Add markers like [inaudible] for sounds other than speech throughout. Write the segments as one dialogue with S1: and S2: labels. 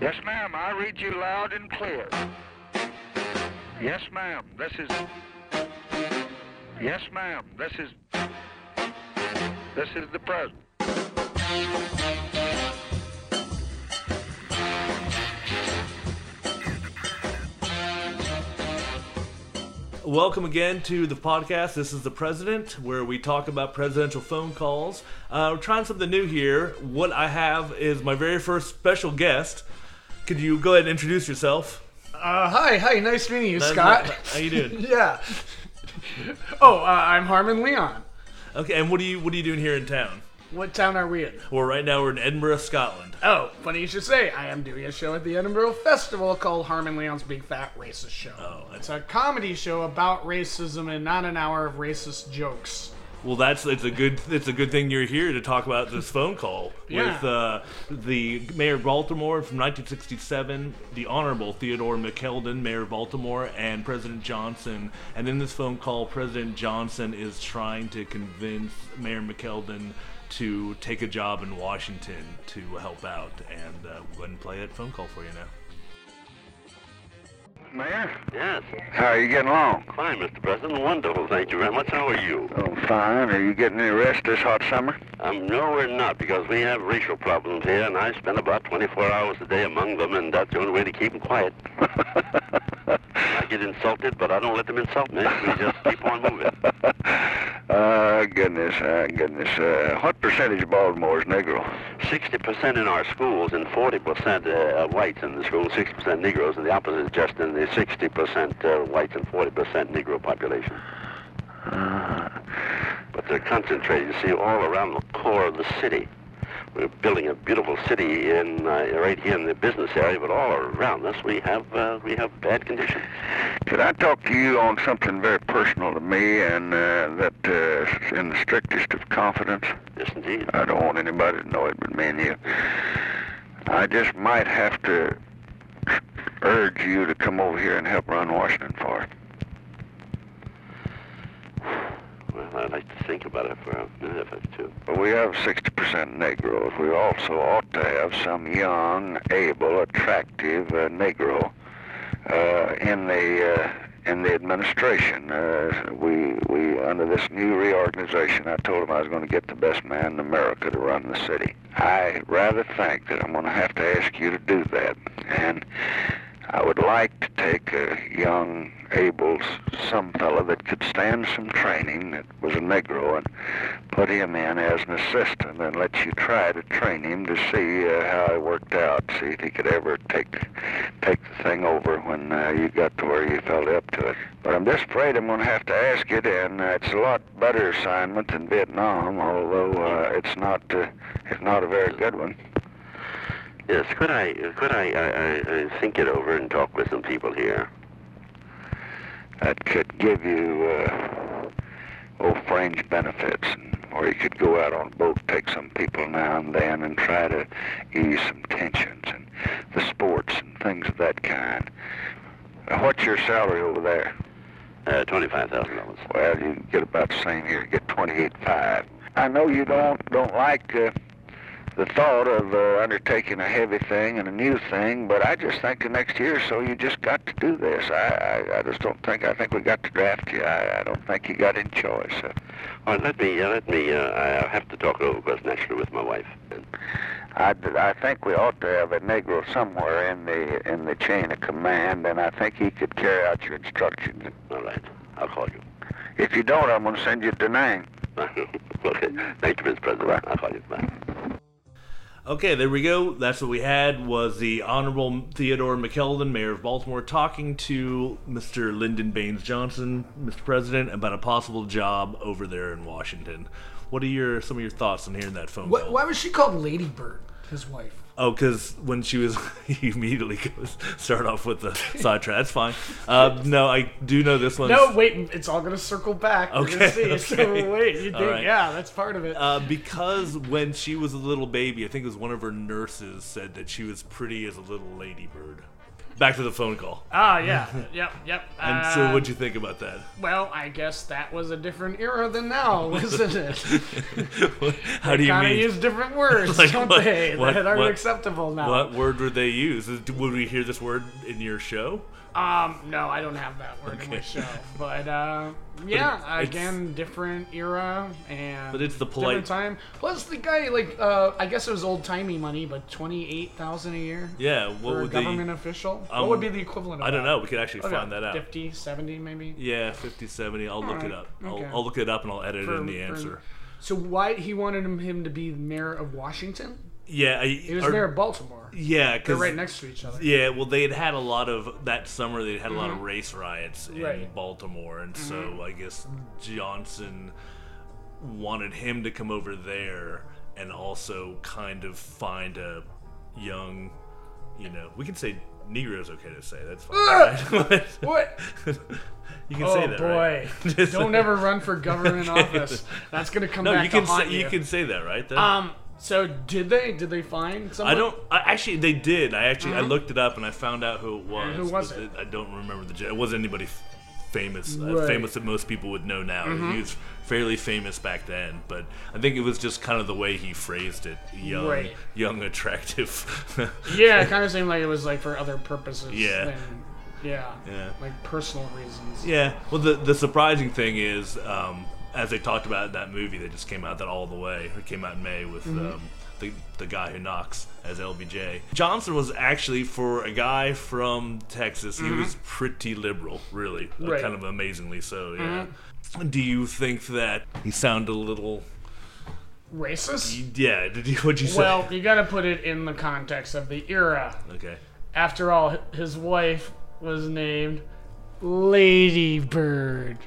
S1: Yes, ma'am. I read you loud and clear. Yes, ma'am. This is. Yes, ma'am. This is. This is the president.
S2: Welcome again to the podcast. This is the president, where we talk about presidential phone calls. Uh, we're trying something new here. What I have is my very first special guest. Could you go ahead and introduce yourself?
S3: Uh, hi, hi, nice meeting you, Scott.
S2: How you doing?
S3: [laughs] yeah. Oh, uh, I'm Harmon Leon.
S2: Okay, and what are you what are you doing here in town?
S3: What town are we in?
S2: Well, right now we're in Edinburgh, Scotland.
S3: Oh, funny you should say. I am doing a show at the Edinburgh Festival called Harmon Leon's Big Fat Racist Show.
S2: Oh, I-
S3: It's a comedy show about racism and not an hour of racist jokes.
S2: Well, that's it's a good it's a good thing you're here to talk about this phone call
S3: Yeah.
S2: with uh, the mayor of Baltimore from 1967, the Honorable Theodore McKeldin, mayor of Baltimore, and President Johnson. And in this phone call, President Johnson is trying to convince Mayor McKeldin to take a job in Washington to help out. And uh, we'll go ahead and play that phone call for you now.
S1: Mayor,
S4: Yes.
S1: how are you getting along?
S4: Fine, Mr. President. Wonderful. Thank you very much. How are you?
S1: Oh, fine. Are you getting any rest this hot summer?
S4: Um, no, we're not, because we have racial problems here, and I spend about 24 hours a day among them, and that's the only way to keep them quiet. I get insulted, but I don't let them insult me. We just keep on moving.
S1: uh, goodness, uh, goodness. Uh, what percentage of Baltimore is Negro?
S4: 60% in our schools and 40% uh, are whites in the school, 60% Negroes, and the opposite is just in the 60% uh, whites and 40% Negro population. But they're concentrated, you see, all around the core of the city. We're building a beautiful city in uh, right here in the business area, but all around us we have uh, we have bad conditions.
S1: Could I talk to you on something very personal to me and uh, that uh, in the strictest of confidence?
S4: Yes, indeed.
S1: I don't want anybody to know it but me and you. I just might have to urge you to come over here and help run Washington for us.
S4: Well, I'd like to think about it for a minute or two.
S1: Well, We have 60% Negroes. We also ought to have some young, able, attractive uh, Negro uh, in the uh, in the administration. Uh, we we under this new reorganization, I told him I was going to get the best man in America to run the city. I rather think that I'm going to have to ask you to do that, and I would like to take a young, able, s- some fellow that could stand some training that was a Negro and put him in as an assistant and let you try to train him to see uh, how it worked out, see if he could ever take take the thing over when uh, you got to where you felt up to it. But I'm just afraid I'm going to have to ask it, and uh, it's a lot better assignment than Vietnam, although uh, it's not uh, it's not a very good one.
S4: Yes, could I could I, I, I, I think it over and talk with some people here?
S1: that could give you uh, old fringe benefits, or you could go out on a boat, take some people now and then, and try to ease some tensions and the sports and things of that kind. Uh, What's your salary over there?
S4: Uh, Twenty-five thousand dollars.
S1: Well, you can get about the same here. Get twenty-eight five. I know you don't don't like uh, the thought of uh, undertaking a heavy thing and a new thing, but I just think the next year or so you just got to do this. I I, I just don't think I think we got to draft you. I, I don't think you got any choice. Uh,
S4: All right, let me, uh, let me, uh, I have to talk it over, of course, naturally, with my wife.
S1: I, d- I think we ought to have a Negro somewhere in the in the chain of command, and I think he could carry out your instructions.
S4: All right, I'll call you.
S1: If you don't, I'm going to send you to Nang.
S4: [laughs] okay, thank you, Mr. President. I'll call you. Bye.
S2: Okay, there we go. That's what we had was the Honorable Theodore McKeldin, Mayor of Baltimore, talking to Mr. Lyndon Baines Johnson, Mr. President, about a possible job over there in Washington. What are your some of your thoughts on hearing that phone
S3: What,
S2: call?
S3: why was she called Lady Bird, his wife?
S2: Oh, because when she was, [laughs] he immediately goes start off
S3: [laughs]
S2: with the sidetrack. That's fine. Uh, no, I do know this one.
S3: No, wait, it's all going to circle back. You're gonna
S2: Okay,
S3: see. [laughs]
S2: okay.
S3: So wait, you
S2: All
S3: think,
S2: right.
S3: yeah, that's part of it.
S2: Uh, because when she was a little baby, I think it was one of her nurses said that she was pretty as a little ladybird. Back to the phone call.
S3: Ah, yeah,
S2: [laughs]
S3: yep, yep.
S2: And
S3: Uh,
S2: so, what'd you think about
S3: [laughs]
S2: that? [laughs]
S3: Well, I guess that was a different era than now, [laughs] isn't it?
S2: How do you
S3: Kind of
S2: mean?
S3: use different
S2: [laughs]
S3: words,
S2: Like
S3: don't
S2: what-
S3: they?
S2: what-
S3: that aren't
S2: what-
S3: acceptable now.
S2: what word would they use? Is- Would we hear this word in your show?
S3: Um, no, I don't have that word in my
S2: Okay. [laughs]
S3: show. But uh, yeah,
S2: it's-
S3: again, different era and
S2: But it's the polite-
S3: different time. Plus, the guy like uh, I guess it was old timey money, but twenty eight thousand a year
S2: Yeah. What
S3: for a
S2: would they?
S3: government Oh, official.
S2: um,
S3: what would be the equivalent? of
S2: I don't
S3: that?
S2: know. We could actually
S3: What
S2: find
S3: about
S2: that out.
S3: 50, 70 maybe.
S2: Yeah, 50, 70. I'll look
S3: Alright,
S2: it up. I'll,
S3: okay.
S2: I'll look it up and I'll edit
S3: For-
S2: in the
S3: for-
S2: answer.
S3: So why he wanted him, him to be the mayor of Washington?
S2: Yeah, I,
S3: He was
S2: or-
S3: mayor of Baltimore.
S2: Yeah,
S3: They're
S2: because
S3: right next to each other.
S2: Yeah, well, they had had a lot of that summer. They had had a lot of race riots in
S3: Mm-hmm. Right. Mm-hmm.
S2: Baltimore, and so I guess Johnson wanted him to come over there and also kind of find a young, you know, we can say Negro's okay to say that's fine. right? [laughs]
S3: What?
S2: you can
S3: Oh
S2: say that, right?
S3: boy!
S2: [laughs] Just-
S3: Don't ever run
S2: [laughs]
S3: for government office. That's gonna come
S2: No,
S3: back
S2: you can
S3: to haunt
S2: say
S3: you.
S2: you can say that, right? That-
S3: Um. So did they? Did they find
S2: I
S3: someone? Mm-hmm.
S2: don't. I, actually, they did. I actually I looked it up and I found out who it was.
S3: who was
S2: but
S3: it?
S2: I don't remember the. gen- It wasn't anybody f- famous. Uh,
S3: Right. Mm-hmm.
S2: famous that most people would know now. He was fairly famous back then, but I think it was just kind of the way he phrased it. Young,
S3: Right.
S2: young, attractive.
S3: Yeah,
S2: [laughs]
S3: it kind of seemed like it was like for other purposes.
S2: Yeah.
S3: Than, yeah.
S2: Yeah.
S3: Like personal reasons.
S2: yeah. Well, the the surprising thing is, um, as they talked about in that movie that just came out, that all the way, it came out in May with.
S3: Mm-hmm.
S2: Um, the, the guy who knocks as LBJ. Johnson was actually, for a guy from Texas, he was pretty liberal, really. Uh,
S3: Mm-hmm. Right. Mm-hmm.
S2: Kind of amazingly so, yeah. Do you think that he sounded a little.
S3: Racist.
S2: Yeah, did you, what'd you say?
S3: Well, you got to put it in the context of the era.
S2: okay. [laughs]
S3: After all, hi- his wife was named Lady Bird.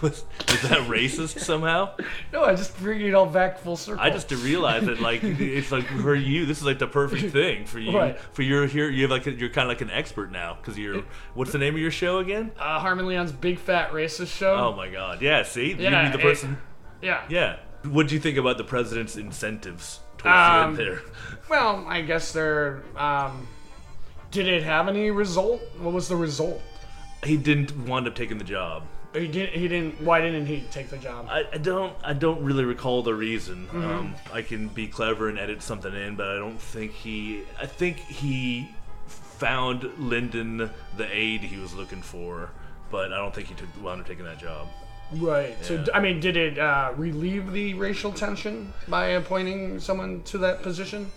S2: Was, was that racist somehow?
S3: No, I just bring it all back full circle.
S2: I just realized that
S3: [laughs]
S2: like it's like for you this is like the perfect thing for you
S3: Right.
S2: for your here you have like you're kind of like an expert now because you're what's the name of your show again?
S3: uh, Harmon Leon's big fat racist show.
S2: Oh my god! Yeah, see,
S3: Yeah,
S2: you'd be
S3: it-
S2: the person.
S3: yeah.
S2: yeah. What do you think about the president's incentives towards
S3: Um,
S2: the end there?
S3: Well, I guess they're. Um, did it have any result? What was the result?
S2: [laughs] He didn't wind up taking the job.
S3: He didn't. He didn't. Why didn't he take the job?
S2: I, I don't I don't really recall the reason. Um, I can be clever and edit something in, but I don't think he. I think he found Lyndon the aide he was looking for, but I don't think he took wound up taking that job.
S3: Right. So d- I mean, did it uh, relieve the racial tension by appointing someone to that position?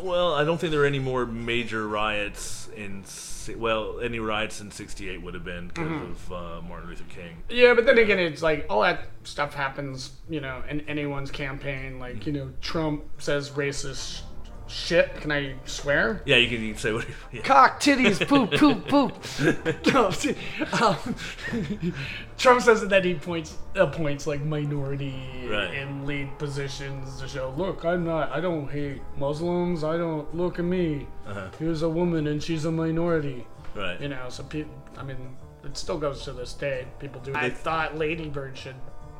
S2: Well, I don't think there were any more major riots in. si- Well, any riots in '68 would have been because of uh, Martin Luther King.
S3: Yeah, but then again, it's like all that stuff happens, you know, in anyone's campaign. Like, you know, Trump says racist shit. Can I swear?
S2: Yeah, you can, you can say what. Yeah.
S3: Cock, titties, poop, poop, poop. [laughs] No, see, um, Trump says that he points appoints like minority
S2: Right.
S3: in lead positions to show, look, I'm not, I don't hate Muslims. I don't look at me.
S2: Uh-huh.
S3: Here's a woman and she's a minority.
S2: [laughs] Right.
S3: You know, so people, I mean, it still goes to this day. People do. I thought Lady Bird should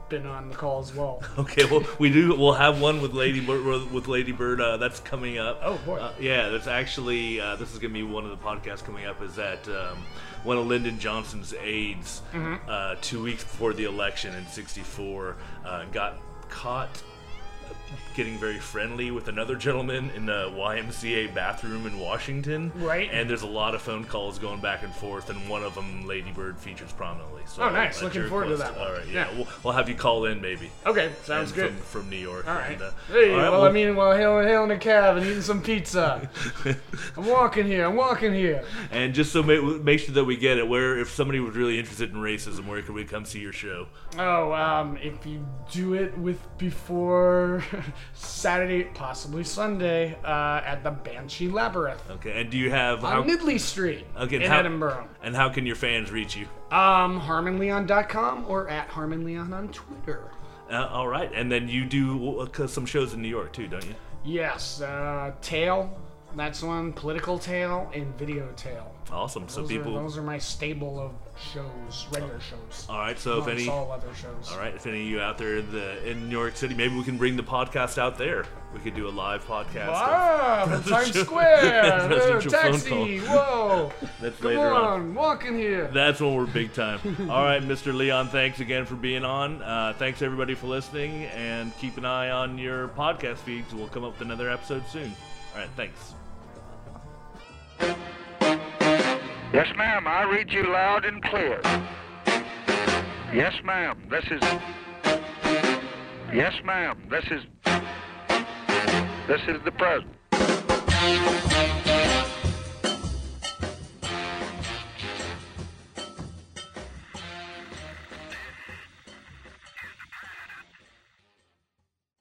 S3: been on the call as
S2: [laughs]
S3: well.
S2: Okay, well, we do. We'll have one with Lady Bird, with Lady Bird. Uh, that's coming up.
S3: Oh, boy.
S2: Uh, yeah, that's actually uh, this is gonna be one of the podcasts coming up. Is that um, one of Lyndon Johnson's aides
S3: Mm-hmm.
S2: uh, two weeks before the election in '64 uh, got caught getting very friendly with another gentleman in the YMCA bathroom in Washington.
S3: Right.
S2: And there's a lot of phone calls going back and forth, and one of them, Lady Bird, features prominently. So,
S3: Oh, nice.
S2: at
S3: Looking
S2: your
S3: forward to
S2: request-
S3: that one.
S2: All right. Yeah.
S3: Yeah.
S2: We'll, we'll have you call in maybe.
S3: Okay, sounds
S2: And
S3: good.
S2: From, from New York.
S3: all right.
S2: and, uh,
S3: hey,
S2: all right,
S3: well, I mean, while hailing, hailing a cab and eating some pizza. I'm walking here. I'm walking here.
S2: [laughs] and just so make, make sure that we get it. Where, if somebody was really interested in racism, where could we come see your show?
S3: Oh, um, if you do it with before [laughs] Saturday, possibly Sunday, uh, at the Banshee Labyrinth
S2: Okay. And do you have
S3: on
S2: how?
S3: Midley Street
S2: Okay,
S3: in
S2: how-
S3: Edinburgh.
S2: And how can your fans reach you?
S3: Um, HarmonLeon.com or at HarmonLeon on Twitter.
S2: Uh, all right. And then you do uh, some shows in New York too, don't you?
S3: Yes, uh, Tail That's one. Political Tale and Video Tale.
S2: Awesome. So
S3: Those,
S2: people. Oh.
S3: are, those are my stable of shows, regular shows.
S2: all right. So if
S3: amongst
S2: any, all
S3: all other shows.
S2: right, if any of you out there in the in New York City, maybe we can bring the podcast out there. We could do a live podcast. of-
S3: Ah, the
S2: [laughs]
S3: Times
S2: Presidential-
S3: Square, the
S2: presidential phone
S3: taxi, whoa!
S2: [laughs] That's
S3: Come
S2: later on.
S3: on, walk in here.
S2: [laughs] That's when we're big time. All right, Mr. Leon, thanks again for being on. Uh, thanks everybody for listening, and keep an eye on your podcast feeds. We'll come up with another episode soon. All right, thanks.
S1: Yes, ma'am. I read you loud and clear. Yes, ma'am. This is. Yes, ma'am. This is. This is the president.